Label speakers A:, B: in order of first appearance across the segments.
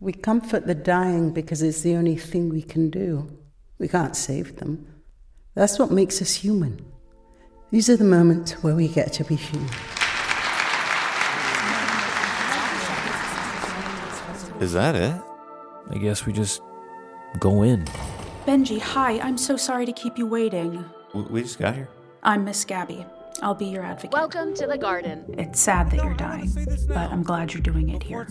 A: We comfort the dying because it's the only thing we can do. We can't save them. That's what makes us human. These are the moments where we get to be human.
B: Is that it?
C: I guess we just go in.
D: Benji, hi. I'm so sorry to keep you waiting.
B: W- We just got here.
D: I'm Miss Gabby. I'll be your advocate.
E: Welcome to the garden.
D: It's sad that you're dying, but I'm glad you're doing it here.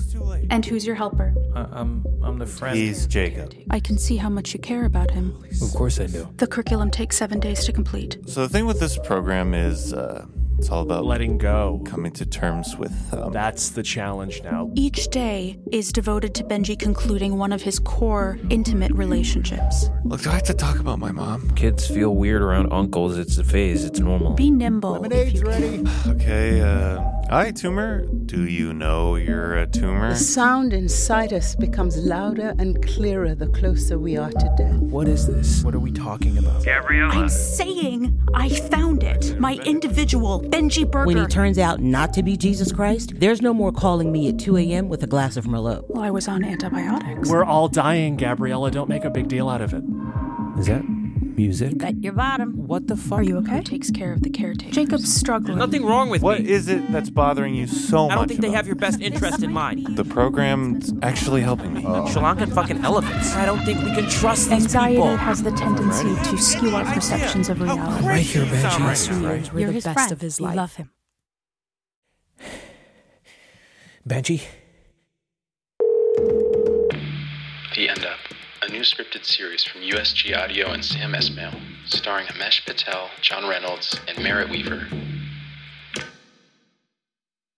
D: And who's your helper?
C: I, I'm I'm the friend.
B: He's Jacob.
D: I can see how much you care about him.
C: Of course I do.
D: The curriculum takes seven days to complete.
B: So the thing with this program is, uh, it's all about
F: Letting go.
B: coming to terms with. Um,
F: That's the challenge now.
D: Each day is devoted to Benji concluding one of his core intimate relationships.
B: Look, do I have to talk about my mom?
C: Kids feel weird around uncles. It's a phase. It's normal.
D: Be nimble. if you can.
B: Okay. Uh, hi, tumor. Do you know you're a tumor?
A: The sound inside us becomes louder and clearer the closer we are to death.
C: What is this? What are we talking about?
D: I'm saying I found it. My individual, Benji Burger.
G: When he turns out not to be Jesus Christ, there's no more calling me at 2 a.m. with a glass of Merlot.
D: well, I was on antibiotics.
F: We're all dying, Gabriella. Don't make a big deal out of it.
C: Is that music?
G: Bet your bottom.
C: What the fuck?
D: Are you okay? Who takes care of the caretaker? Jacob's struggling.
H: Nothing wrong with
B: What
H: me.
B: is it that's bothering you so much?
H: I don't think they
B: about
H: have your best interest in mind.
B: The program's actually helping me.
H: Sri Lankan fucking elephants. I don't think we can trust these
D: Anxiety
H: people.
D: has the tendency to skew our perceptions of reality.
C: Right here, Benji.
B: Right.
G: We're the best of his life. love him.
C: Benji.
I: The End Up, a new scripted series from USG Audio and Sam Esmail, starring Amesh Patel, John Reynolds, and Merritt Weaver,